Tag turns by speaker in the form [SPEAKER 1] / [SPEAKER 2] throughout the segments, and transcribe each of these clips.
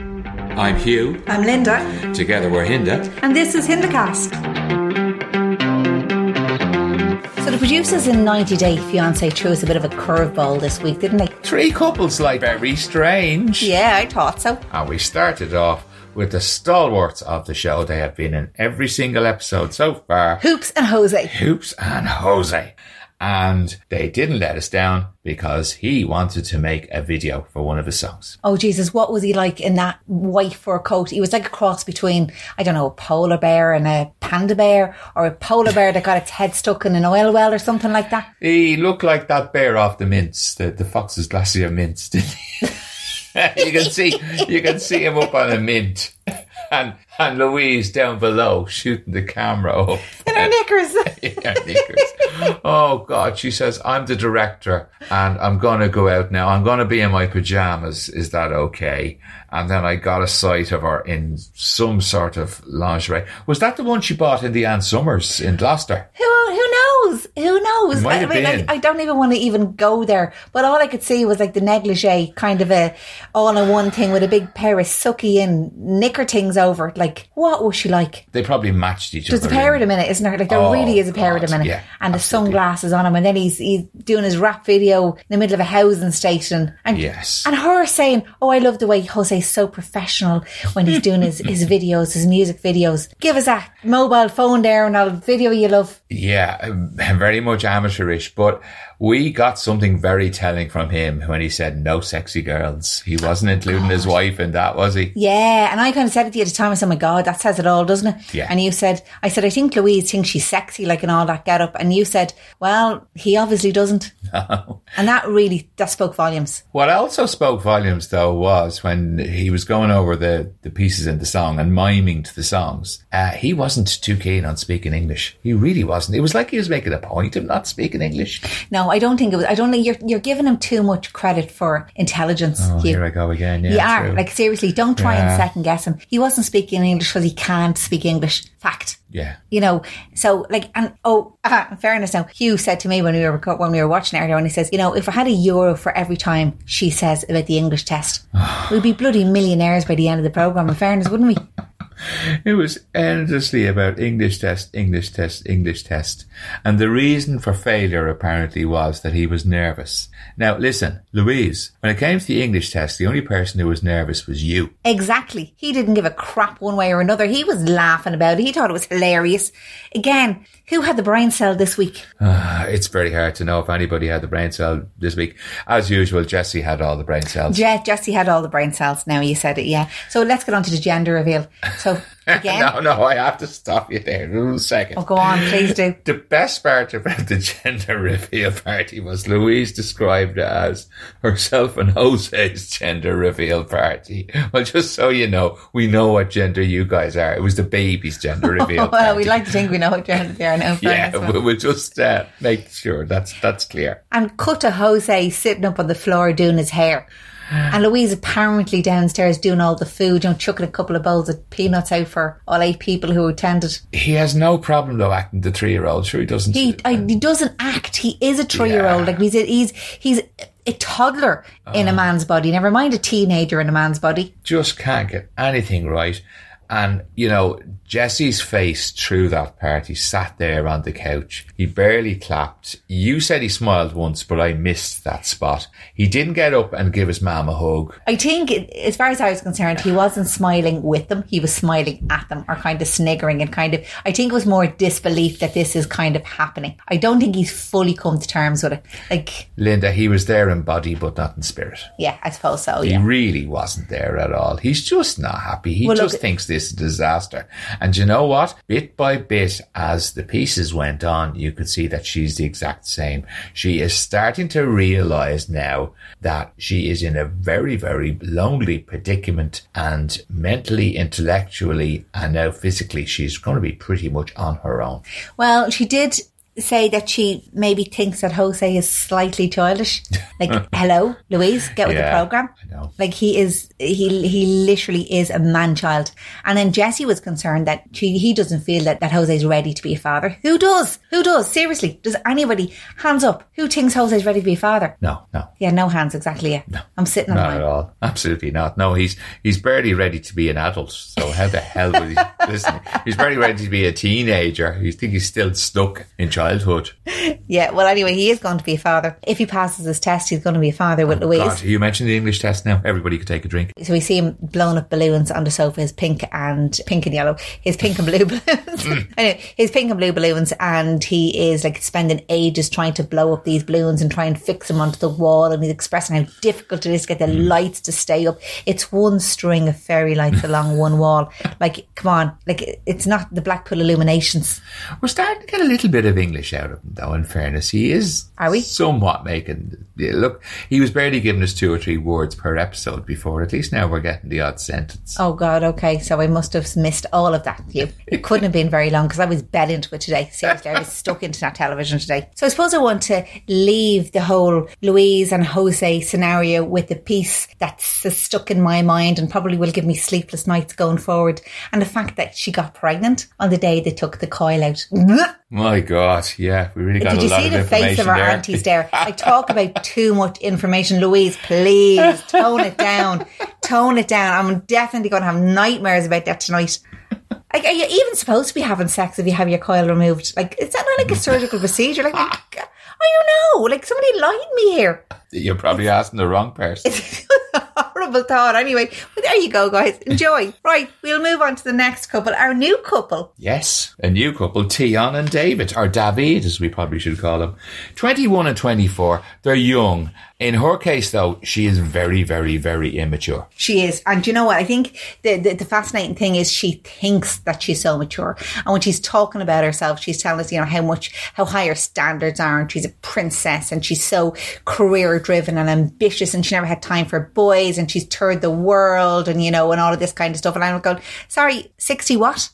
[SPEAKER 1] I'm Hugh.
[SPEAKER 2] I'm Linda,
[SPEAKER 1] Together we're Hinda.
[SPEAKER 2] and this is Hindacast.
[SPEAKER 3] So the producers in 90 Day Fiance threw us a bit of a curveball this week, didn't they?
[SPEAKER 4] Three couples like very strange.
[SPEAKER 3] Yeah, I thought so.
[SPEAKER 4] And we started off with the stalwarts of the show. They have been in every single episode so far.
[SPEAKER 3] Hoops and Jose.
[SPEAKER 4] Hoops and Jose. And they didn't let us down because he wanted to make a video for one of his songs.
[SPEAKER 3] Oh Jesus, what was he like in that white fur coat? He was like a cross between, I don't know, a polar bear and a panda bear, or a polar bear that got its head stuck in an oil well or something like that.
[SPEAKER 4] He looked like that bear off the mints, the, the fox's glacier mints, didn't he? you can see you can see him up on a mint. And and Louise down below shooting the camera up.
[SPEAKER 3] In her knickers.
[SPEAKER 4] in her knickers. oh God, she says, I'm the director and I'm gonna go out now. I'm gonna be in my pajamas. Is that okay? And then I got a sight of her in some sort of lingerie. Was that the one she bought in the Ann Summers in Gloucester?
[SPEAKER 3] who who knows? Who knows?
[SPEAKER 4] Might
[SPEAKER 3] I
[SPEAKER 4] have
[SPEAKER 3] mean,
[SPEAKER 4] been.
[SPEAKER 3] I, I don't even want to even go there. But all I could see was like the negligee, kind of a all in one thing with a big pair of sucky in knicker things over. it. Like, what was she like?
[SPEAKER 4] They probably matched each
[SPEAKER 3] There's a
[SPEAKER 4] other.
[SPEAKER 3] pair
[SPEAKER 4] in-
[SPEAKER 3] at a minute, isn't there? Like there
[SPEAKER 4] Oh,
[SPEAKER 3] really is a pair at a
[SPEAKER 4] God,
[SPEAKER 3] minute,
[SPEAKER 4] yeah,
[SPEAKER 3] and the
[SPEAKER 4] absolutely.
[SPEAKER 3] sunglasses on him, and then he's he's doing his rap video in the middle of a housing station, and
[SPEAKER 4] Yes.
[SPEAKER 3] and her saying, "Oh, I love the way Jose's so professional when he's doing his his videos, his music videos. Give us that mobile phone there, and I'll video you, love."
[SPEAKER 4] Yeah, um, very much amateurish, but we got something very telling from him when he said no sexy girls. He wasn't including his wife in that, was he?
[SPEAKER 3] Yeah, and I kind of said it to you at the time. I said, "My God, that says it all, doesn't it?"
[SPEAKER 4] Yeah.
[SPEAKER 3] And you said, "I said I think Louise thinks she's sexy, like in all that get up." And you said, "Well, he obviously doesn't."
[SPEAKER 4] No.
[SPEAKER 3] And that really that spoke volumes.
[SPEAKER 4] What also spoke volumes though was when he was going over the, the pieces in the song and miming to the songs, uh, he wasn't too keen on speaking English. He really wasn't. It was like he was making a point of not speaking English.
[SPEAKER 3] No, I don't think it was. I don't think you're you're giving him too much credit for intelligence.
[SPEAKER 4] Oh,
[SPEAKER 3] Hugh.
[SPEAKER 4] here I go again. Yeah,
[SPEAKER 3] you are
[SPEAKER 4] true.
[SPEAKER 3] like seriously. Don't try
[SPEAKER 4] Yeah.
[SPEAKER 3] and second guess him. He wasn't speaking English because he can't speak English. Fact.
[SPEAKER 4] yeah.
[SPEAKER 3] You know, so like, and oh, uh, in fairness now, Hugh said to me when we were reco- when we were watching it earlier, and he says, you know, if I had a euro for every time she says about the English test, we'd be bloody millionaires by the end of the program. In fairness, wouldn't we?
[SPEAKER 4] It was endlessly about English test, English test, English test. And the reason for failure apparently was that he was nervous. Now listen, Louise, when it came to the English test, the only person who was nervous was you.
[SPEAKER 3] Exactly. He didn't give a crap one way or another. He was laughing about it. He thought it was hilarious. Again, who had the brain cell this week?
[SPEAKER 4] Uh, it's very hard to know if anybody had the brain cell this week. As usual, Jesse had all the brain cells.
[SPEAKER 3] Yeah, Jesse had all the brain cells. Now you said it. Yeah. So let's get on to the gender reveal. So again,
[SPEAKER 4] no, no, I have to stop you there. One second.
[SPEAKER 3] oh, go on, please do.
[SPEAKER 4] The best part about the gender reveal party was Louise described it as herself and Jose's gender reveal party. Well, just so you know, we know what gender you guys are. It was the baby's gender reveal party.
[SPEAKER 3] Well, we like to think we know what gender they are now. in
[SPEAKER 4] yeah,
[SPEAKER 3] fairness, but-
[SPEAKER 4] we- we'll just uh, make sure that's that's clear.
[SPEAKER 3] and cut to Jose sitting up on the floor doing his hair. And Louise apparently downstairs doing all the food, you know, chucking a couple of bowls of peanuts out for all eight people who attended.
[SPEAKER 4] He has no problem though acting the three-year-old. Sure, he doesn't.
[SPEAKER 3] He I, he doesn't act. He is a three year old. Like he's a, he's he's a toddler in a man's body. Never mind a teenager in a man's body.
[SPEAKER 4] just can't get anything right. And, you know, Jesse's face through that part, he sat there on the couch. He barely clapped. You said he smiled once, but I missed that spot. He didn't get up and give his mum a hug.
[SPEAKER 3] I think, as far as I was concerned, he wasn't smiling with them. He was smiling at them or kind of sniggering and kind of, I think it was more disbelief that this is kind of happening. I don't think he's fully come to terms with it. Like,
[SPEAKER 4] Linda, he was there in body, but not in spirit.
[SPEAKER 3] yeah, I suppose so.
[SPEAKER 4] He
[SPEAKER 3] Yeah.
[SPEAKER 4] really wasn't there at all. He's just not happy. He
[SPEAKER 3] Well, look-
[SPEAKER 4] just thinks this is a disaster. And you know what? Bit by bit, as the pieces went on, you could see that she's the exact same. She is starting to realize now that she is in a very, very lonely predicament and mentally, intellectually, and now physically, she's going to be pretty much on her own.
[SPEAKER 3] Well, she did say that she maybe thinks that Jose is slightly childish? Like, hello, Louise, get with
[SPEAKER 4] Yeah,
[SPEAKER 3] the program.
[SPEAKER 4] I know.
[SPEAKER 3] Like he is, he he literally is a man child. And then Jesse was concerned that she, he doesn't feel that that Jose's ready to be a father. Who does? Who does? Seriously, does anybody? Hands up. Who thinks Jose's ready to be a father?
[SPEAKER 4] No, no,
[SPEAKER 3] Yeah, no hands exactly. Yeah, I'm sitting on
[SPEAKER 4] not
[SPEAKER 3] mine.
[SPEAKER 4] at all. Absolutely not. No, he's he's barely ready to be an adult. So how the hell would he listen? He's barely ready to be a teenager. You think he's still stuck in childhood?
[SPEAKER 3] Yeah, well, anyway, he is going to be a father. If he passes his test, he's going to be a father with Louise.
[SPEAKER 4] Oh, God, you mentioned the English test now. Everybody could take a drink.
[SPEAKER 3] So we see him blowing up balloons on the sofa, his pink and pink and yellow, his pink and blue balloons. anyway, his pink and blue balloons, and he is like spending ages trying to blow up these balloons and try and fix them onto the wall. And he's expressing how difficult it is to get the lights to stay up. It's one string of fairy lights along one wall. Like, come on, like it's not the Blackpool illuminations.
[SPEAKER 4] We're starting to get a little bit of English out of him, though. In fairness, he is
[SPEAKER 3] Are we?
[SPEAKER 4] somewhat making yeah, look. He was barely giving us two or three words per episode before. At least now we're getting the odd sentence.
[SPEAKER 3] Oh God, okay. So I must have missed all of that. You, it couldn't have been very long because I was bed into it today. Seriously, I was stuck into that television today. So I suppose I want to leave the whole Louise and Jose scenario with a piece that's s- stuck in my mind and probably will give me sleepless nights going forward. And the fact that she got pregnant on the day they took the coil out.
[SPEAKER 4] My God, yeah, we really got
[SPEAKER 3] Did
[SPEAKER 4] a
[SPEAKER 3] you
[SPEAKER 4] lot
[SPEAKER 3] see
[SPEAKER 4] of
[SPEAKER 3] the
[SPEAKER 4] information
[SPEAKER 3] face of our
[SPEAKER 4] there.
[SPEAKER 3] aunties there? I talk about too much information. Louise, please tone it down. Tone it down. I'm definitely going to have nightmares about that tonight. Like, are you even supposed to be having sex if you have your coil removed? Like, is that not like a surgical procedure? Like, I don't know. Like, somebody lied me here.
[SPEAKER 4] You're probably asking the wrong person.
[SPEAKER 3] Horrible thought. Anyway, but there you go, guys. Enjoy. Right, we'll move on to the next couple. Our new couple.
[SPEAKER 4] Yes, a new couple, Tion and David, or David as we probably should call him. 21 and 24, they're young. In her case though, she is very, very, very immature.
[SPEAKER 3] She is. And do you know what? I think the, the, the fascinating thing is she thinks that she's so mature. And when she's talking about herself, she's telling us, you know, how much, how high her standards are. And she's a princess and she's so career driven and ambitious and she never had time for boys and she's toured the world and, you know, and all of this kind of stuff. And I'm going, sorry, 60 what?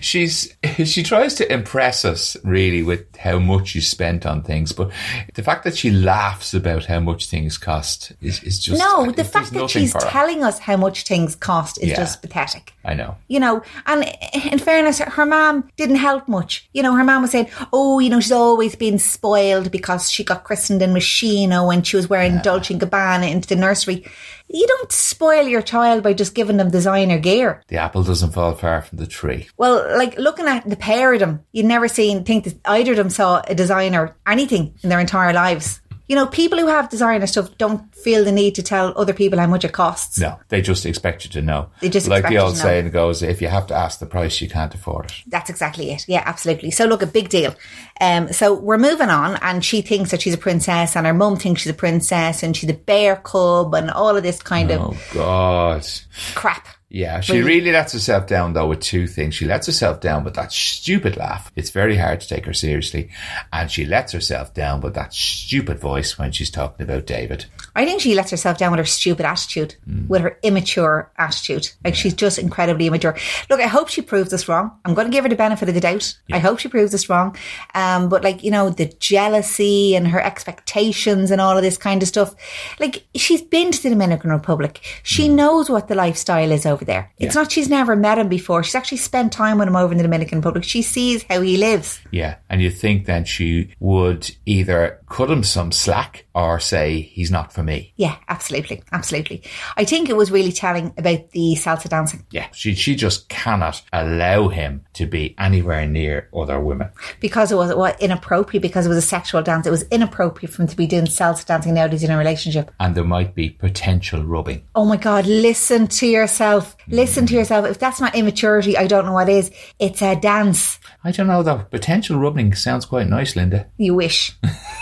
[SPEAKER 4] She's, she tries to impress us really with how much she spent on things, but the fact that she laughs about how much things cost is, is just,
[SPEAKER 3] No,
[SPEAKER 4] it
[SPEAKER 3] the
[SPEAKER 4] does
[SPEAKER 3] fact that
[SPEAKER 4] nothing
[SPEAKER 3] she's
[SPEAKER 4] for her.
[SPEAKER 3] telling us how much things cost is
[SPEAKER 4] Yeah.
[SPEAKER 3] just pathetic.
[SPEAKER 4] I know.
[SPEAKER 3] you know, and in fairness, her, her mom didn't help much. You know, her mom was saying, oh, you know, she's always been spoiled because she got christened in Machino when she was wearing Dolce & Gabbana into the nursery. You don't spoil your child by just giving them designer gear.
[SPEAKER 4] The apple doesn't fall far from the tree.
[SPEAKER 3] Well, like looking at the pair of them, you'd never seen, think that either of them saw a designer anything in their entire lives. You know, people who have designer stuff don't feel the need to tell other people how much it costs.
[SPEAKER 4] No, they just expect you to know.
[SPEAKER 3] They just
[SPEAKER 4] like the
[SPEAKER 3] expect you
[SPEAKER 4] old
[SPEAKER 3] to know.
[SPEAKER 4] saying goes: if you have to ask the price, you can't afford it.
[SPEAKER 3] That's exactly it. Yeah, absolutely. So look, a big deal. Um, so we're moving on and she thinks that she's a princess and her mum thinks she's a princess and she's a bear cub and all of this kind
[SPEAKER 4] Oh God.
[SPEAKER 3] of crap.
[SPEAKER 4] Yeah, she really lets herself down though with two things. She lets herself down with that stupid laugh. It's very hard to take her seriously. And she lets herself down with that stupid voice when she's talking about David.
[SPEAKER 3] I think she lets herself down with her stupid attitude, with her immature attitude. Like she's just incredibly immature. Look, I hope she proves us wrong. I'm going to give her the benefit of the doubt. I hope she proves us wrong. Um, but like you know, the jealousy and her expectations and all of this kind of stuff. Like she's been to the Dominican Republic. She knows what the lifestyle is over there. It's not she's never met him before. She's actually spent time with him over in the Dominican Republic. She sees how he lives.
[SPEAKER 4] Yeah. And you think then she would either cut him some slack or say, he's not for me.
[SPEAKER 3] Yeah, absolutely, absolutely. I think it was really telling about the salsa dancing.
[SPEAKER 4] Yeah. She, she just cannot allow him to be anywhere near other women.
[SPEAKER 3] because it was, it was inappropriate, because it was a sexual dance, it was inappropriate for him to be doing salsa dancing nowadays in a relationship.
[SPEAKER 4] And there might be potential rubbing.
[SPEAKER 3] Oh my God, listen to yourself. Listen to yourself. If that's not immaturity, I don't know what is. It's a dance.
[SPEAKER 4] I don't know though. Potential rubbing sounds quite nice, Linda.
[SPEAKER 3] You wish.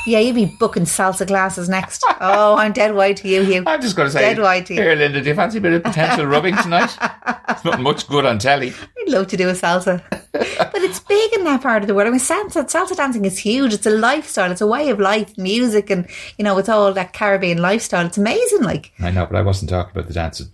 [SPEAKER 3] yeah, you'd be booking salsa classes next. Oh, I'm dead wide to you, Hugh.
[SPEAKER 4] I'm just going to say,
[SPEAKER 3] Dead white to you.
[SPEAKER 4] here, Linda, do you fancy a bit of potential rubbing tonight? It's not much good on telly.
[SPEAKER 3] I'd love to do a salsa. But it's big in that part of the world. I mean, salsa, salsa dancing is huge. It's a lifestyle. It's a way of life, music, and you know, it's all that Caribbean lifestyle. It's amazing. Like,
[SPEAKER 4] I know, but I wasn't talking about the dancing.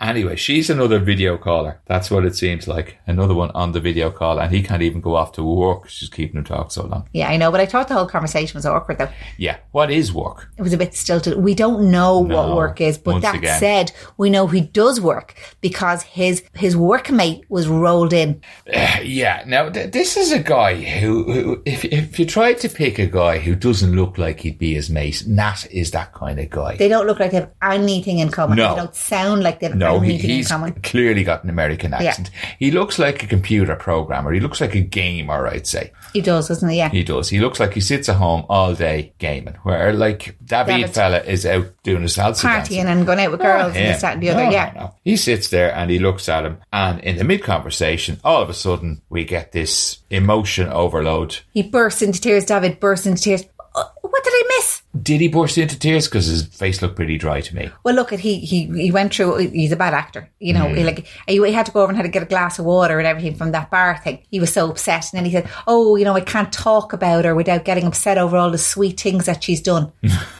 [SPEAKER 4] Anyway, she's another video caller. That's what it seems like. Another one on the video call, and he can't even go off to work. She's keeping him talking so long.
[SPEAKER 3] yeah, I know. But I thought the whole conversation was awkward, though.
[SPEAKER 4] Yeah. What is work?
[SPEAKER 3] It was a bit stilted. We don't know
[SPEAKER 4] No,
[SPEAKER 3] what work is, but
[SPEAKER 4] once
[SPEAKER 3] that
[SPEAKER 4] again.
[SPEAKER 3] said, we know he does work because his his workmate was rolled in.
[SPEAKER 4] Yeah. Now th- this is a guy who, who if, if you tried to pick a guy who doesn't look like he'd be his mate, Nat is that kind of guy.
[SPEAKER 3] They don't look like they have anything in common.
[SPEAKER 4] No.
[SPEAKER 3] They don't sound like they have
[SPEAKER 4] No, he,
[SPEAKER 3] anything in
[SPEAKER 4] he's
[SPEAKER 3] common.
[SPEAKER 4] clearly got an American accent. He looks like a computer programmer. He looks like a gamer, I'd say.
[SPEAKER 3] He does, doesn't he? Yeah.
[SPEAKER 4] He does. He looks like he sits at home all day gaming, where like David
[SPEAKER 3] David's-
[SPEAKER 4] fella is out doing his salsa dancing.
[SPEAKER 3] Partying and going out with girls
[SPEAKER 4] Oh. Yeah. Oh.
[SPEAKER 3] and this, that, and the other.
[SPEAKER 4] No,
[SPEAKER 3] yeah.
[SPEAKER 4] no, no. He sits there and he looks at him, and in the mid conversation, all of a sudden, we get this emotion overload.
[SPEAKER 3] He bursts into tears. David bursts into tears. Uh, What did I miss?
[SPEAKER 4] Did he burst into tears? Because his face looked pretty dry to me.
[SPEAKER 3] Well, look at he he he went through. He's a bad actor, you know. He, like he, he had to go over and had to get a glass of water and everything from that bar thing. He was so upset, and then he said, "Oh, you know, I can't talk about her without getting upset over all the sweet things that she's done."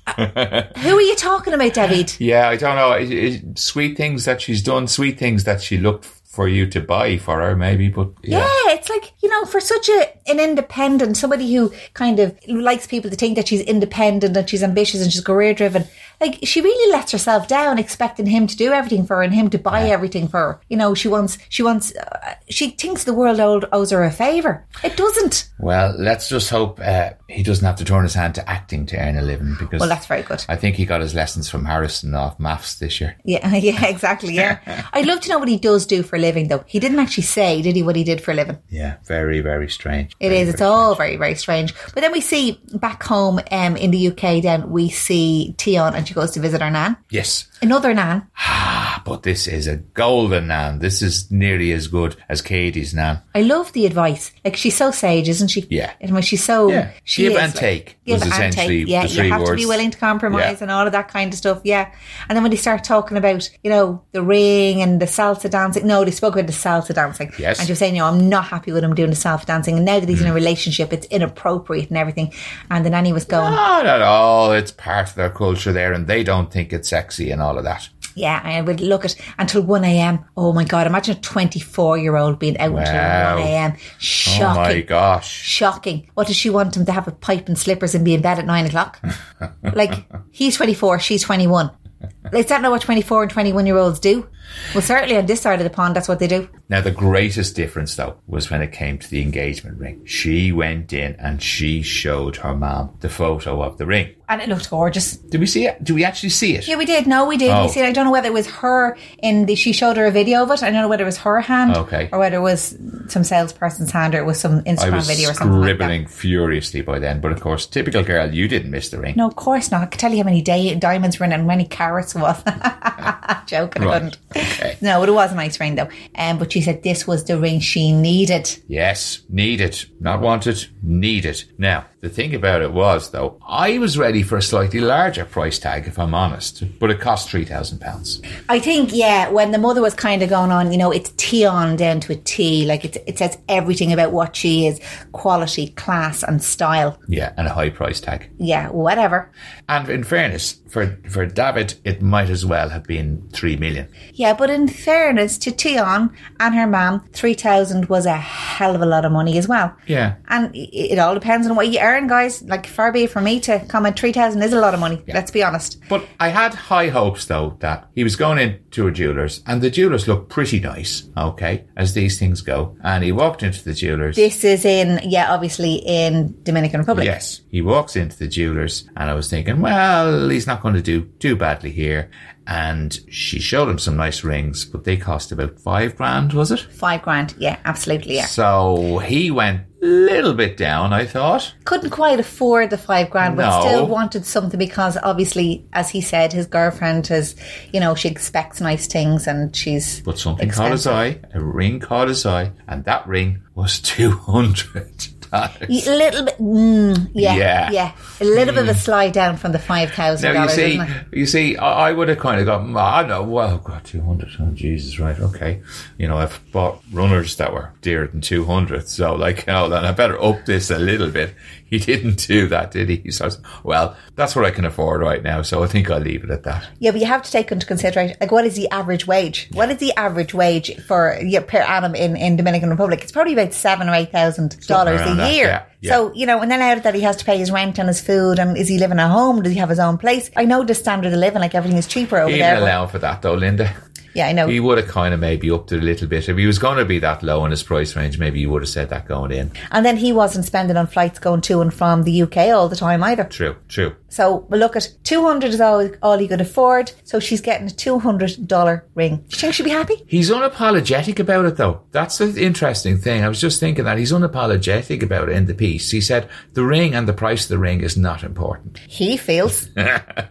[SPEAKER 3] Uh, who are you talking about, David?
[SPEAKER 4] Yeah, I don't know. It, it, sweet things that she's done, sweet things that she looked for you to buy for her, maybe. But
[SPEAKER 3] Yeah, it's like you know, for such a an independent somebody who kind of likes people to think that she's independent and she's ambitious and she's career driven. Like she really lets herself down, expecting him to do everything for her and him to buy everything for her. You know, she wants she wants uh, she thinks the world old owes her a favor. It doesn't.
[SPEAKER 4] Well, let's just hope uh, he doesn't have to turn his hand to acting to earn a living because
[SPEAKER 3] Well, that's very good.
[SPEAKER 4] I think he got his lessons from Harrison off maths this year.
[SPEAKER 3] Yeah, yeah, exactly. Yeah, I'd love to know what he does do for a living, though. He didn't actually say, did he, what he did for a living?
[SPEAKER 4] Yeah, very, very strange.
[SPEAKER 3] It is. It's all very, very strange. But then we see back home um, in the UK, then we see Tion and she goes to visit her nan.
[SPEAKER 4] Yes,
[SPEAKER 3] Another nan.
[SPEAKER 4] but this is a golden nan. This is nearly as good as Katie's nan.
[SPEAKER 3] I love the advice. Like, she's so sage, isn't she?
[SPEAKER 4] Yeah.
[SPEAKER 3] I mean, she's so.
[SPEAKER 4] Yeah.
[SPEAKER 3] She
[SPEAKER 4] Give
[SPEAKER 3] is,
[SPEAKER 4] and
[SPEAKER 3] like-
[SPEAKER 4] take
[SPEAKER 3] Give
[SPEAKER 4] was
[SPEAKER 3] and
[SPEAKER 4] essentially
[SPEAKER 3] take. Yeah,
[SPEAKER 4] the three
[SPEAKER 3] you have to be
[SPEAKER 4] words.
[SPEAKER 3] willing to compromise
[SPEAKER 4] Yeah.
[SPEAKER 3] and all of that kind of stuff. Yeah. And then when they start talking about, you know, the ring and the salsa dancing. No, they spoke about the salsa dancing.
[SPEAKER 4] Yes.
[SPEAKER 3] And she was saying, you know, I'm not happy with him doing the salsa dancing. And now that he's in a relationship, it's inappropriate and everything. And the nanny was going,
[SPEAKER 4] Not at all. It's part of their culture there, and they don't think it's sexy and all of that.
[SPEAKER 3] Yeah, I would look at until 1am. Oh my God, imagine a 24 year old being out until
[SPEAKER 4] Wow. Oh
[SPEAKER 3] 1am.
[SPEAKER 4] my
[SPEAKER 3] Shocking.
[SPEAKER 4] gosh.
[SPEAKER 3] Shocking. What does she want him to have a pipe and slippers and be in bed at nine o'clock? like, he's 24, she's 21. Is that not what 24 and 21 year olds do? Well, certainly on this side of the pond, that's what they do.
[SPEAKER 4] Now, the greatest difference, though, was when it came to the engagement ring. She went in and she showed her mom the photo of the ring.
[SPEAKER 3] And it looked gorgeous.
[SPEAKER 4] Did we see it? Do we actually see it?
[SPEAKER 3] Yeah, we did. No, we did.
[SPEAKER 4] Oh.
[SPEAKER 3] We see. I don't know whether it was her in the. She showed her a video of it. I don't know whether it was her hand,
[SPEAKER 4] Okay.
[SPEAKER 3] or whether it was some salesperson's hand, or it was some
[SPEAKER 4] I
[SPEAKER 3] Instagram
[SPEAKER 4] was
[SPEAKER 3] video or something like that.
[SPEAKER 4] scribbling furiously by then, but of course, typical girl, you didn't miss the ring.
[SPEAKER 3] No, of course not. I could tell you how many day- diamonds were in it and how many carrots was. Joking, I
[SPEAKER 4] Right.
[SPEAKER 3] couldn't.
[SPEAKER 4] Okay.
[SPEAKER 3] No, but it was a nice ring though. Um, but she said this was the ring she needed.
[SPEAKER 4] Yes, needed. Not wanted, needed. Now, the thing about it was, though, I was ready for a slightly larger price tag, if I'm honest, but it cost £3,000.
[SPEAKER 3] I think, yeah, when the mother was kind of going on, you know, it's Tion down to a T. Like it, it says everything about what she is quality, class, and style.
[SPEAKER 4] Yeah, and a high price tag.
[SPEAKER 3] Yeah, whatever.
[SPEAKER 4] And in fairness, for, for David, it might as well have been three million.
[SPEAKER 3] Yeah, but in fairness to Tion and her mum, 3000 was a hell of a lot of money as well.
[SPEAKER 4] Yeah.
[SPEAKER 3] And i- it all depends on what you earn, guys. Like, far be it from me to comment, 3000 is a lot of money. Let's be honest.
[SPEAKER 4] But I had high hopes though that he was going into a jeweller's and the jewellers looked pretty nice, okay, as these things go. And he walked into the jewellers.
[SPEAKER 3] This is in, yeah, obviously in Dominican Republic.
[SPEAKER 4] Yes. He walks into the jeweller's and I was thinking, well, he's not going to do too badly here. And she showed him some nice rings, but they cost about five grand, was it?
[SPEAKER 3] Five grand. Yeah, absolutely. Yeah.
[SPEAKER 4] So he went a little bit down, I thought.
[SPEAKER 3] Couldn't quite afford the five grand, but
[SPEAKER 4] No.
[SPEAKER 3] still wanted something because obviously, as he said, his girlfriend has, you know, she expects nice things and she's.
[SPEAKER 4] But something caught his eye, a ring caught his eye, and that ring was 200. dollars.
[SPEAKER 3] A little bit, mm, yeah,
[SPEAKER 4] Yeah. Mm.
[SPEAKER 3] yeah, A little bit of a slide down from the five thousand
[SPEAKER 4] Now you
[SPEAKER 3] dollars.
[SPEAKER 4] see,
[SPEAKER 3] isn't it?
[SPEAKER 4] you see, I, I would have kind of got. I know. Well, God, two hundred. Oh, Jesus, right? Okay. You know, I've bought runners that were dearer than two hundred. So, like, hold on, I better up this a little bit. He didn't do that, did he? He says, "Well, that's what I can afford right now, so I think I'll leave it at that."
[SPEAKER 3] Yeah, but you have to take into consideration like what is the average wage? What is the average wage for yeah, per annum in in Dominican Republic? It's probably about seven or eight thousand dollars
[SPEAKER 4] around
[SPEAKER 3] a
[SPEAKER 4] that,
[SPEAKER 3] year.
[SPEAKER 4] yeah, yeah.
[SPEAKER 3] So you know, and then out of that, he has to pay his rent and his food, and is he living at home? Does he have his own place? I know the standard of living, like everything is cheaper over
[SPEAKER 4] Even
[SPEAKER 3] there. but-
[SPEAKER 4] allowing for that, though, Linda.
[SPEAKER 3] yeah, I know.
[SPEAKER 4] He would have kind of maybe upped it a little bit. If he was going to be that low in his price range, maybe you would have said that going in.
[SPEAKER 3] and then he wasn't spending on flights going to and from the UK all the time either.
[SPEAKER 4] True, true.
[SPEAKER 3] So we look at two hundred is all all he could afford. So she's getting a two hundred dollar ring. Do you think she'd be happy?
[SPEAKER 4] He's unapologetic about it, though. That's the interesting thing. I was just thinking that he's unapologetic about it in the piece. He said the ring and the price of the ring is not important.
[SPEAKER 3] He feels,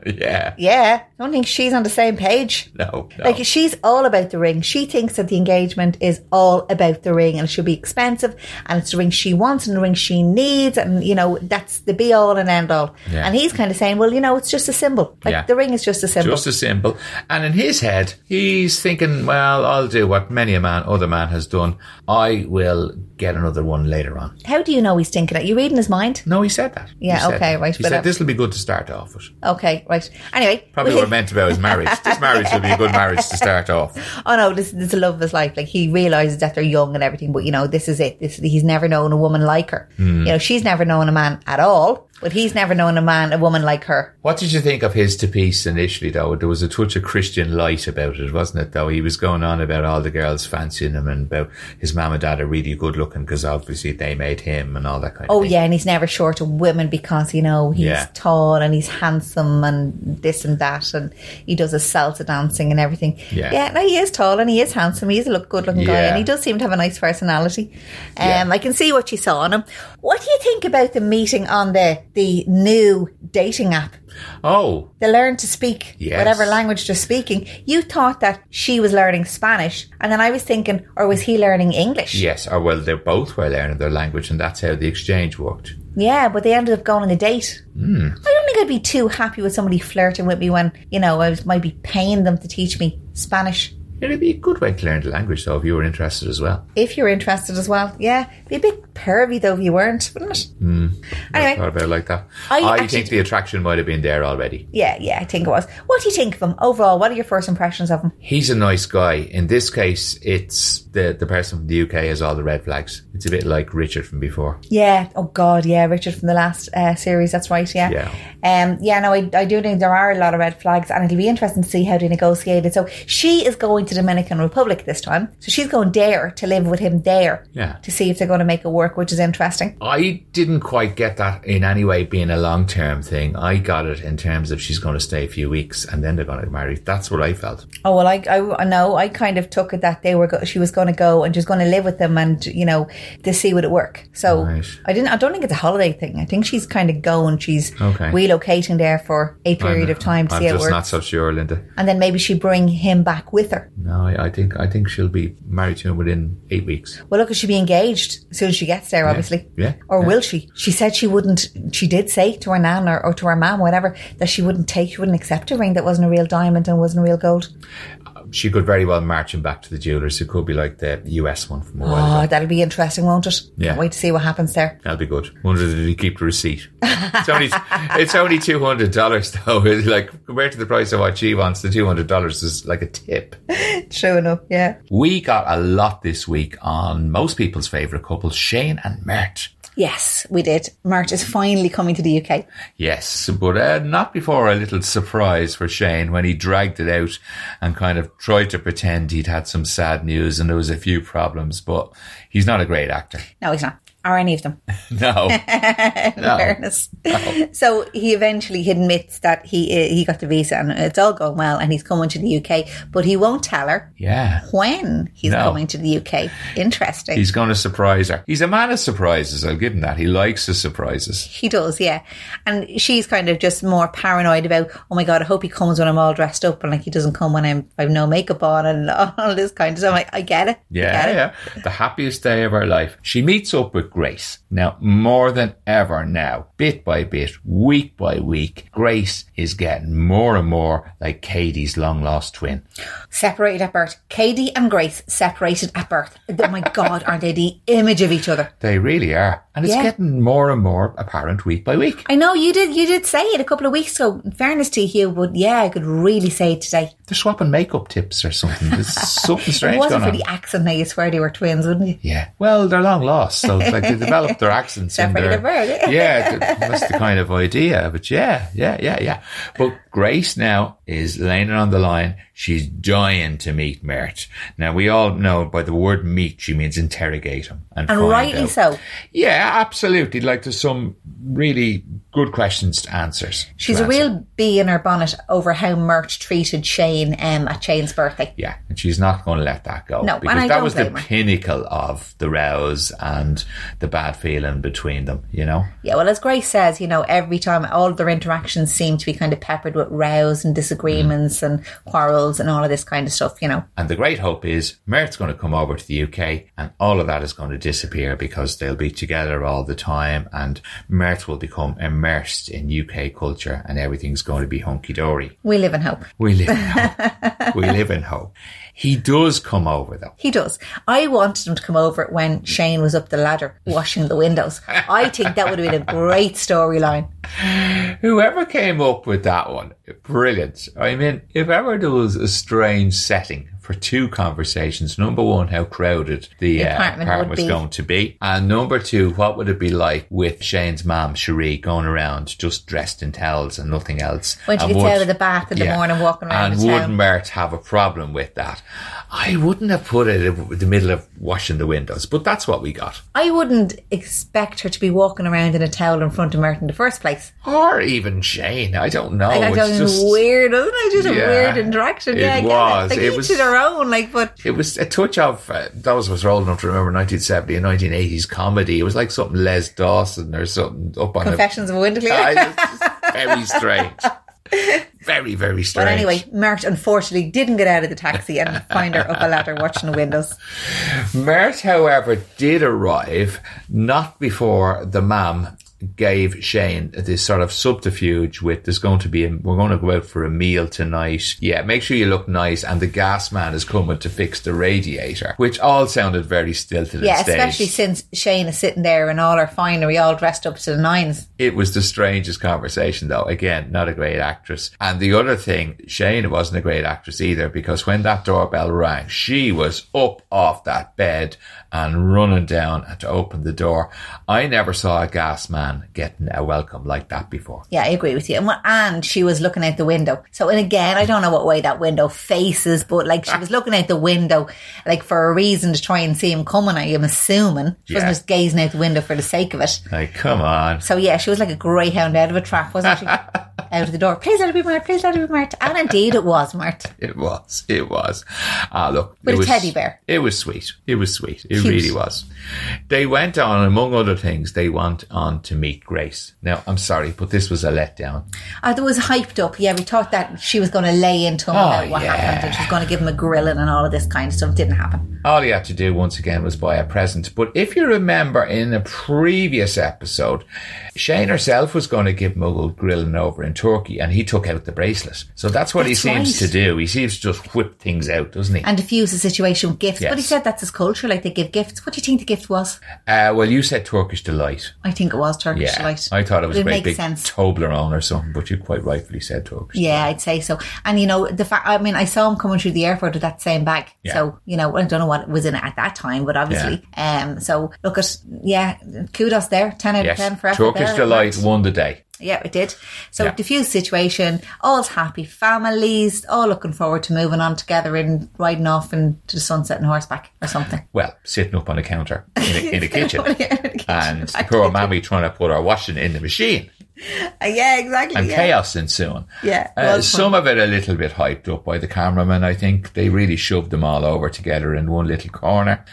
[SPEAKER 4] yeah,
[SPEAKER 3] yeah. I don't think she's on the same page.
[SPEAKER 4] no, no.
[SPEAKER 3] Like she's all about the ring. She thinks that the engagement is all about the ring and it should be expensive and it's the ring she wants and the ring she needs and you know that's the be all and end all.
[SPEAKER 4] Yeah.
[SPEAKER 3] And he's kind of saying, well, you know, it's just a symbol. Like
[SPEAKER 4] Yeah.
[SPEAKER 3] the ring is just a symbol.
[SPEAKER 4] just a symbol. And in his head, he's thinking, "Well, I'll do what many a man, other man, has done. I will get another one later on."
[SPEAKER 3] How do you know he's thinking it? You reading his mind?
[SPEAKER 4] No, he said that.
[SPEAKER 3] Yeah,
[SPEAKER 4] He said
[SPEAKER 3] okay,
[SPEAKER 4] that.
[SPEAKER 3] right,
[SPEAKER 4] He
[SPEAKER 3] but,
[SPEAKER 4] said
[SPEAKER 3] um,
[SPEAKER 4] this will be good to start off with.
[SPEAKER 3] Okay, right. Anyway,
[SPEAKER 4] Probably
[SPEAKER 3] we-
[SPEAKER 4] what it meant about his marriage. This marriage will be a good marriage to start off.
[SPEAKER 3] oh no, this, this is the love of his life. Like he realizes that they're young and everything, but you know, this is it. This he's never known a woman like her.
[SPEAKER 4] Hmm.
[SPEAKER 3] You know, she's never known a man at all, but he's never known a man, a woman like her.
[SPEAKER 4] What did you think of his to piece initially, though? There was a touch of Christian light about it, wasn't it, though? He was going on about all the girls fancying him and about his mum and dad are really good looking because obviously they made him and all that kind
[SPEAKER 3] Oh
[SPEAKER 4] of thing.
[SPEAKER 3] yeah, and he's never short of women because you know he's
[SPEAKER 4] Yeah.
[SPEAKER 3] tall and he's handsome and this and that, and he does his salsa dancing and everything.
[SPEAKER 4] Yeah.
[SPEAKER 3] no, he is tall and he is handsome. He is a look good looking guy,
[SPEAKER 4] Yeah.
[SPEAKER 3] and he does seem to have a nice personality. Um,
[SPEAKER 4] Yeah.
[SPEAKER 3] I can see what you saw on him. What do you think about the meeting on the the new dating app?
[SPEAKER 4] Oh,
[SPEAKER 3] They learn to speak
[SPEAKER 4] Yes.
[SPEAKER 3] whatever language they're speaking. You thought that she was learning Spanish, and then I was thinking, or was he learning English?
[SPEAKER 4] yes. Or, well, they both were learning their language and that's how the exchange worked.
[SPEAKER 3] Yeah, but they ended up going on a date. Mm. I don't think I'd be too happy with somebody flirting with me when, you know, I was, might be paying them to teach me Spanish.
[SPEAKER 4] It'd be a good way to learn the language, though, if you were interested as well.
[SPEAKER 3] If you're interested as well. Yeah. Be a bit pervy though if you weren't, wouldn't it? Mm. Anyway,
[SPEAKER 4] Thought about it like that.
[SPEAKER 3] I
[SPEAKER 4] I,
[SPEAKER 3] actually-
[SPEAKER 4] think the attraction might have been there already.
[SPEAKER 3] yeah, yeah, I think it was. What do you think of him overall? What are your first impressions of him?
[SPEAKER 4] He's a nice guy. In this case, it's the, the person from the UK has all the red flags. It's a bit like Richard from before.
[SPEAKER 3] Yeah. Oh God. Yeah. Richard from the last uh, series. That's right. Yeah.
[SPEAKER 4] Yeah.
[SPEAKER 3] Um. Yeah. No. I, I do think there are a lot of red flags, and it'll be interesting to see how they negotiate it. So she is going to Dominican Republic this time. So she's going there to live with him there.
[SPEAKER 4] Yeah.
[SPEAKER 3] To see if they're going to make it work, which is interesting.
[SPEAKER 4] I didn't quite get that in any way being a long term thing. I got it in terms of she's going to stay a few weeks and then they're going to get married. That's what I felt.
[SPEAKER 3] Oh well, I I know I kind of took it that they were go- she was going to go and just going to live with them and you know to see would it work. So
[SPEAKER 4] Right.
[SPEAKER 3] I didn't. I don't think it's a holiday thing. I think she's kind of going. She's
[SPEAKER 4] Okay.
[SPEAKER 3] relocating there for a period
[SPEAKER 4] I'm-
[SPEAKER 3] of time to
[SPEAKER 4] I'm
[SPEAKER 3] see how it
[SPEAKER 4] just
[SPEAKER 3] works.
[SPEAKER 4] not so sure, Linda.
[SPEAKER 3] and then maybe she bring him back with her.
[SPEAKER 4] No, I, I think I think she'll be married to him within eight weeks.
[SPEAKER 3] Well, look, she'll be engaged as soon as she gets there, obviously.
[SPEAKER 4] yeah,
[SPEAKER 3] Or
[SPEAKER 4] yeah.
[SPEAKER 3] will she? She said she wouldn't. She did say to her nan or, or to her mum, whatever, that she wouldn't take, she wouldn't accept a ring that wasn't a real diamond and wasn't real gold.
[SPEAKER 4] She could very well march him back to the jewelers. It could be like the US one from a while ago.
[SPEAKER 3] Oh, that'll be interesting, won't it?
[SPEAKER 4] Yeah.
[SPEAKER 3] Can't wait to see what happens there.
[SPEAKER 4] That'll be good. Wonder did he keep the receipt? It's only it's only two hundred dollars though. It's like compared to the price of what she wants, the two hundred dollars is like a tip.
[SPEAKER 3] True enough, yeah.
[SPEAKER 4] We got a lot this week on most people's favourite couple, Shane and Mert.
[SPEAKER 3] Yes, we did. Mart is finally coming to the UK.
[SPEAKER 4] Yes, but uh, not before a little surprise for Shane when he dragged it out and kind of tried to pretend he'd had some sad news and there was a few problems, but he's not a great actor.
[SPEAKER 3] No, he's not. Or any of them.
[SPEAKER 4] No. no.
[SPEAKER 3] fairness.
[SPEAKER 4] Oh.
[SPEAKER 3] So he eventually admits that he uh, he got the visa and it's all going well and he's coming to the UK, but he won't tell her
[SPEAKER 4] Yeah.
[SPEAKER 3] when he's
[SPEAKER 4] No.
[SPEAKER 3] coming to the UK. Interesting.
[SPEAKER 4] He's going to surprise her. He's a man of surprises, I'll give him that. He likes his surprises.
[SPEAKER 3] he does, yeah. And she's kind of just more paranoid about, oh my God, I hope he comes when I'm all dressed up and like he doesn't come when I'm, I've no makeup on and all this kind of stuff. I'm like, I get it. I
[SPEAKER 4] Yeah,
[SPEAKER 3] get it.
[SPEAKER 4] yeah. The happiest day of her life. She meets up with Grace. Now, more than ever now, bit by bit, week by week, Grace is getting more and more like Katie's long lost twin.
[SPEAKER 3] Separated at birth. Katie and Grace separated at birth. Oh my God, aren't they the image of each other?
[SPEAKER 4] They really are. And it's
[SPEAKER 3] Yeah.
[SPEAKER 4] getting more and more apparent week by week.
[SPEAKER 3] I know you did. You did say it a couple of weeks ago. In fairness to you, but yeah, I could really say it today.
[SPEAKER 4] They're swapping makeup tips or something. There's something
[SPEAKER 3] If
[SPEAKER 4] strange going
[SPEAKER 3] it wasn't for
[SPEAKER 4] on.
[SPEAKER 3] the accent, I swear they were twins, wouldn't you?
[SPEAKER 4] Yeah. Well, they're long lost, so it's like they developed their accents in
[SPEAKER 3] Separate
[SPEAKER 4] their
[SPEAKER 3] apart, yeah.
[SPEAKER 4] yeah. th- That's the kind of idea. But yeah, yeah, yeah, yeah. But Grace now is laying it on the line. She's dying to meet Mert. Now we all know by the word "meet" she means interrogate him, and,
[SPEAKER 3] And
[SPEAKER 4] find
[SPEAKER 3] rightly
[SPEAKER 4] out.
[SPEAKER 3] so.
[SPEAKER 4] Yeah, absolutely. Like there's some really good questions to answers. to
[SPEAKER 3] She's a
[SPEAKER 4] answer.
[SPEAKER 3] real bee in her bonnet over how Mert treated Shane um, at Shane's birthday.
[SPEAKER 4] Yeah, and she's not going to let that go.
[SPEAKER 3] No, and
[SPEAKER 4] because
[SPEAKER 3] I
[SPEAKER 4] that
[SPEAKER 3] don't
[SPEAKER 4] was the
[SPEAKER 3] blame her.
[SPEAKER 4] pinnacle of the rows and the bad feeling between them, you know?
[SPEAKER 3] Yeah, well, as Grace says, you know, every time all of their interactions seem to be kind of peppered with rows and disagreements
[SPEAKER 4] Mm.
[SPEAKER 3] and quarrels and all of this kind of stuff, you know.
[SPEAKER 4] And the great hope is Mert's going to come over to the UK and all of that is going to disappear because they'll be together all the time and Mert will become immersed in UK culture and everything's going to be hunky dory.
[SPEAKER 3] We live in hope.
[SPEAKER 4] We live in hope. we live in hope. He does come over though.
[SPEAKER 3] He does. I wanted him to come over when Shane was up the ladder washing the windows. I think that would have been a great storyline.
[SPEAKER 4] Whoever came up with that one, brilliant. I mean, if ever there was a strange setting for two conversations, number one, how crowded the, uh,
[SPEAKER 3] apartment
[SPEAKER 4] apartment,
[SPEAKER 3] would
[SPEAKER 4] was
[SPEAKER 3] be.
[SPEAKER 4] going to be. And number two, what would it be like with Shane's mom, Cherie, going around just dressed in towels and nothing else?
[SPEAKER 3] When she
[SPEAKER 4] And
[SPEAKER 3] gets
[SPEAKER 4] would-
[SPEAKER 3] out of the bath in the morning walking around
[SPEAKER 4] And
[SPEAKER 3] the
[SPEAKER 4] would
[SPEAKER 3] town.
[SPEAKER 4] Mert have a problem with that? I wouldn't have put it in the middle of washing the windows, but that's what we got.
[SPEAKER 3] I wouldn't expect her to be walking around in a towel in front of Mert in the first place.
[SPEAKER 4] Or even Shane, I don't know.
[SPEAKER 3] Like, I
[SPEAKER 4] Oh, It's
[SPEAKER 3] don't
[SPEAKER 4] just-
[SPEAKER 3] weird, isn't it? Just a
[SPEAKER 4] Yeah.
[SPEAKER 3] weird interaction.
[SPEAKER 4] It
[SPEAKER 3] yeah, I get
[SPEAKER 4] was.
[SPEAKER 3] Like,
[SPEAKER 4] It
[SPEAKER 3] each
[SPEAKER 4] was-
[SPEAKER 3] to their own. Like, but
[SPEAKER 4] It was a touch of uh, those of us who are old enough to remember 1970 and 1980s comedy. It was like something Les Dawson or something up on
[SPEAKER 3] confessions of a window
[SPEAKER 4] a.
[SPEAKER 3] cleaner.
[SPEAKER 4] I- it's just very strange. Very, very strange.
[SPEAKER 3] But anyway, Mert unfortunately didn't get out of the taxi and find her up a ladder watching the windows.
[SPEAKER 4] Mert, however, did arrive not before the mam gave Shane this sort of subterfuge with there's going to be a, we're going to go out for a meal tonight. Yeah, make sure you look nice and the gas man is coming to fix the radiator, which all sounded very stilted
[SPEAKER 3] Yeah,
[SPEAKER 4] and staged.
[SPEAKER 3] especially since Shane is sitting there in all her finery, all dressed up to the nines.
[SPEAKER 4] It was the strangest conversation, though. Again, not a great actress. And the other thing, Shane wasn't a great actress either because when that doorbell rang, she was up off that bed and running down to open the door. I never saw a gas man getting a welcome like that before.
[SPEAKER 3] Yeah, I agree with you. And, what- and she was looking out the window. So, and again, I don't know what way that window faces, but like
[SPEAKER 4] Ah.
[SPEAKER 3] she was looking out the window, like for a reason to try and see him coming. I am assuming she
[SPEAKER 4] Yeah.
[SPEAKER 3] wasn't just gazing out the window for the sake of it.
[SPEAKER 4] Like, come on.
[SPEAKER 3] So yeah, she was like a greyhound out of a trap, wasn't she? out of the door. Please let it be Mart. Please let it be Mart. And indeed, it was Mart.
[SPEAKER 4] It was. It was. Ah, look.
[SPEAKER 3] With
[SPEAKER 4] it
[SPEAKER 3] a
[SPEAKER 4] was,
[SPEAKER 3] teddy bear.
[SPEAKER 4] It was sweet. It was sweet. It
[SPEAKER 3] Cute.
[SPEAKER 4] really was. They went on, among other things, they went on to meet Grace. Now, I'm sorry, but this was a letdown.
[SPEAKER 3] Uh, there was hyped up. Yeah, we thought that she was going to lay into him about what
[SPEAKER 4] Oh, yeah.
[SPEAKER 3] happened and she was going to give him a grilling and all of this kind of stuff. Didn't happen.
[SPEAKER 4] All he had to do once again was buy a present. But if you remember in a previous episode, Shane herself was going to give him a good grilling over in Turkey and he took out the bracelet. So that's what he
[SPEAKER 3] That's
[SPEAKER 4] seems to
[SPEAKER 3] right.
[SPEAKER 4] do. He seems to just whip things out, doesn't he?
[SPEAKER 3] And diffuse the situation with gifts. But he
[SPEAKER 4] Yes.
[SPEAKER 3] said that's his culture. Like they give gifts. What do you think the gift was?
[SPEAKER 4] Uh, well, you said Turkish delight.
[SPEAKER 3] I think it was Turkish
[SPEAKER 4] Yeah.
[SPEAKER 3] delight.
[SPEAKER 4] I thought it was
[SPEAKER 3] But
[SPEAKER 4] a great
[SPEAKER 3] makes
[SPEAKER 4] big
[SPEAKER 3] sense.
[SPEAKER 4] Toblerone or something, but you quite rightfully said Turkish.
[SPEAKER 3] yeah, I'd say so. And you know, the fact I mean, I saw him coming through the airport with that same bag.
[SPEAKER 4] Yeah.
[SPEAKER 3] So you know, I don't know what was in it at that time, but obviously, um. So look at yeah, kudos there, ten out of ten
[SPEAKER 4] Yes.
[SPEAKER 3] for effort
[SPEAKER 4] Turkish
[SPEAKER 3] there.
[SPEAKER 4] delight won the day.
[SPEAKER 3] Yeah, it did. So
[SPEAKER 4] Yeah.
[SPEAKER 3] diffuse situation, all's happy families, all looking forward to moving on together and riding off into the sunset and horseback or something.
[SPEAKER 4] Well, sitting up on a counter in a, in a kitchen.
[SPEAKER 3] in a kitchen.
[SPEAKER 4] And the poor mammy trying to put her washing in the machine.
[SPEAKER 3] Uh, yeah, exactly.
[SPEAKER 4] and
[SPEAKER 3] yeah.
[SPEAKER 4] chaos ensuing.
[SPEAKER 3] Yeah,
[SPEAKER 4] Uh,
[SPEAKER 3] well put.
[SPEAKER 4] some of it a little bit hyped up by the cameraman. I think they really shoved them all over together in one little corner.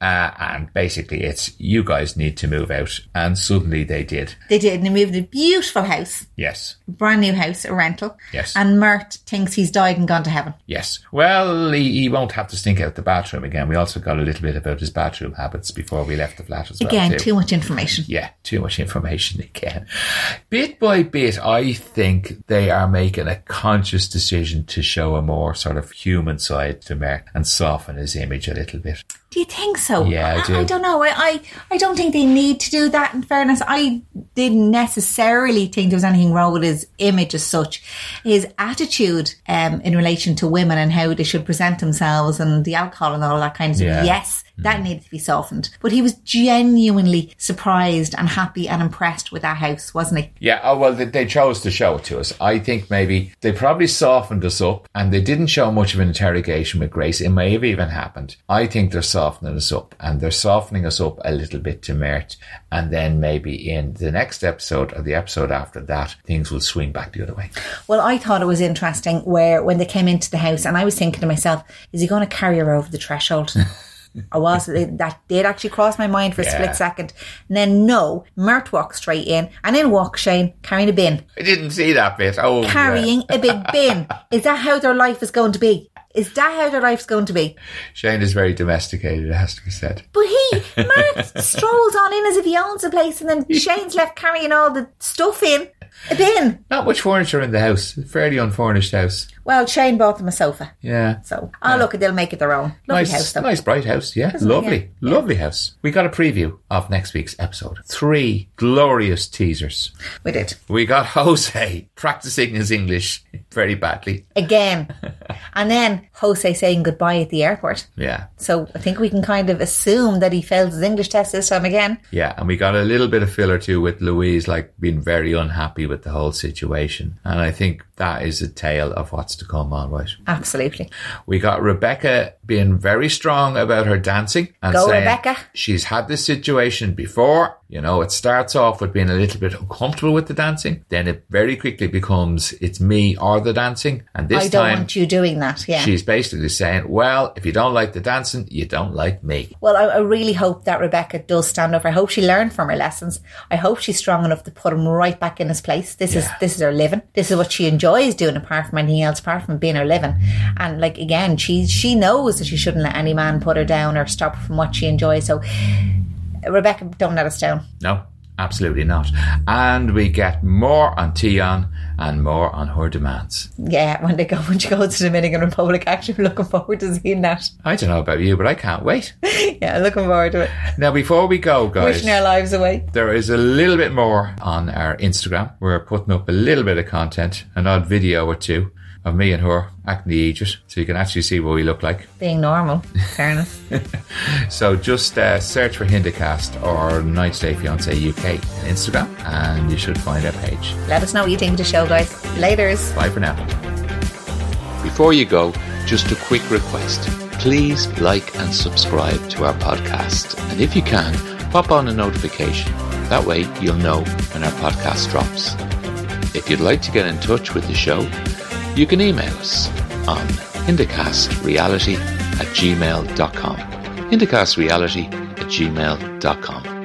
[SPEAKER 4] Uh, and basically, it's you guys need to move out. And suddenly they did.
[SPEAKER 3] They did, and they moved to a beautiful house,
[SPEAKER 4] Yes.
[SPEAKER 3] brand new house, a rental.
[SPEAKER 4] Yes.
[SPEAKER 3] And Mert thinks he's died and gone to heaven.
[SPEAKER 4] Yes. Well, he, he won't have to stink out the bathroom again. We also got a little bit about his bathroom habits before we left the flat as well.
[SPEAKER 3] Again,
[SPEAKER 4] too.
[SPEAKER 3] too much information.
[SPEAKER 4] Yeah, too much information again. Bit by bit, I think they are making a conscious decision to show a more sort of human side to Merck and soften his image a little bit.
[SPEAKER 3] Do you think so?
[SPEAKER 4] Yeah, I do.
[SPEAKER 3] don't know. I, I, I don't think they need to do that. In fairness, I didn't necessarily think there was anything wrong with his image as such. His attitude um, in relation to women and how they should present themselves and the alcohol and all that kind of stuff.
[SPEAKER 4] Yeah. Mm.
[SPEAKER 3] Yes, that needed to be softened. But he was genuinely surprised and happy and impressed with that house, wasn't he?
[SPEAKER 4] Yeah, oh, well, they, they chose to show it to us. I think maybe they probably softened us up and they didn't show much of an interrogation with Grace. It may have even happened. I think they're softening us up and they're softening us up a little bit to Mert. And then maybe in the next episode or the episode after that, things will swing back the other way.
[SPEAKER 3] Well, I thought it was interesting where when they came into the house, and I was thinking to myself, is he going to carry her over the threshold? I was that did actually cross my mind for a
[SPEAKER 4] Yeah.
[SPEAKER 3] split second. And then no, Mert walked straight in, and in walked Shane carrying a bin,
[SPEAKER 4] I didn't see that bit. Oh, yeah.
[SPEAKER 3] carrying a big bin. Is that how their life is going to be? Is that how their life's going to be?
[SPEAKER 4] Shane is very domesticated, it has to be said.
[SPEAKER 3] But he, Mert strolls on in as if he owns the place, and then Shane's left carrying all the stuff in a bin.
[SPEAKER 4] Not much furniture in the house. Fairly unfurnished house.
[SPEAKER 3] Well, Shane bought them a sofa,
[SPEAKER 4] Yeah.
[SPEAKER 3] so oh look, they'll make it their own. Lovely
[SPEAKER 4] Nice,
[SPEAKER 3] house, though.
[SPEAKER 4] nice bright house. Yeah,
[SPEAKER 3] Isn't it?
[SPEAKER 4] lovely, lovely house. We got a preview of next week's episode. Three glorious teasers.
[SPEAKER 3] We did.
[SPEAKER 4] We got Jose practicing his English very badly.
[SPEAKER 3] again. and then Jose saying goodbye at the airport.
[SPEAKER 4] Yeah,
[SPEAKER 3] So I think we can kind of assume that he failed his English test this time again.
[SPEAKER 4] yeah, and we got a little bit of filler too with Louise, like being very unhappy with the whole situation. And I think that is a tale of what's to come. All right.
[SPEAKER 3] Absolutely.
[SPEAKER 4] We got Rebecca being very strong about her dancing and
[SPEAKER 3] Go,
[SPEAKER 4] saying
[SPEAKER 3] Rebecca.
[SPEAKER 4] she's had this situation before. You know, it starts off with being a little bit uncomfortable with the dancing. Then it very quickly becomes it's me or the dancing. And this
[SPEAKER 3] I don't
[SPEAKER 4] time
[SPEAKER 3] want you doing that. Yeah.
[SPEAKER 4] she's basically saying, well, if you don't like the dancing, you don't like me.
[SPEAKER 3] well, I, I really hope that Rebecca does stand up. I hope she learned from her lessons. I hope she's strong enough to put him right back in his place. This is this is her living. This is what she enjoys doing, apart from anything else, apart from being her living. And like again, she she knows that she shouldn't let any man put her down or stop her from what she enjoys. So, Rebecca, don't let us down.
[SPEAKER 4] No, absolutely not. And we get more on Tion and more on her demands.
[SPEAKER 3] Yeah, when they go when she goes to the Dominican Republic, actually looking forward to seeing that.
[SPEAKER 4] I don't know about you, but I can't wait.
[SPEAKER 3] Yeah, looking forward to it.
[SPEAKER 4] now, before we go, guys.
[SPEAKER 3] Wishing our lives away.
[SPEAKER 4] There is a little bit more on our Instagram. We're putting up a little bit of content, an odd video or two of me and her acting the Egypt, so you can actually see what we look like.
[SPEAKER 3] Being normal. Fairness.
[SPEAKER 4] So just uh, search for Hindicast or Night's Day Fiance UK on Instagram, and you should find our page.
[SPEAKER 3] Let us know what you think of the show, guys. Laters.
[SPEAKER 4] Bye for now.
[SPEAKER 1] Before you go, just a quick request. Please like and subscribe to our podcast. And if you can, pop on a notification. That way you'll know when our podcast drops. If you'd like to get in touch with the show, you can email us on indicastreality at gmail.com. Indicastreality at gmail.com.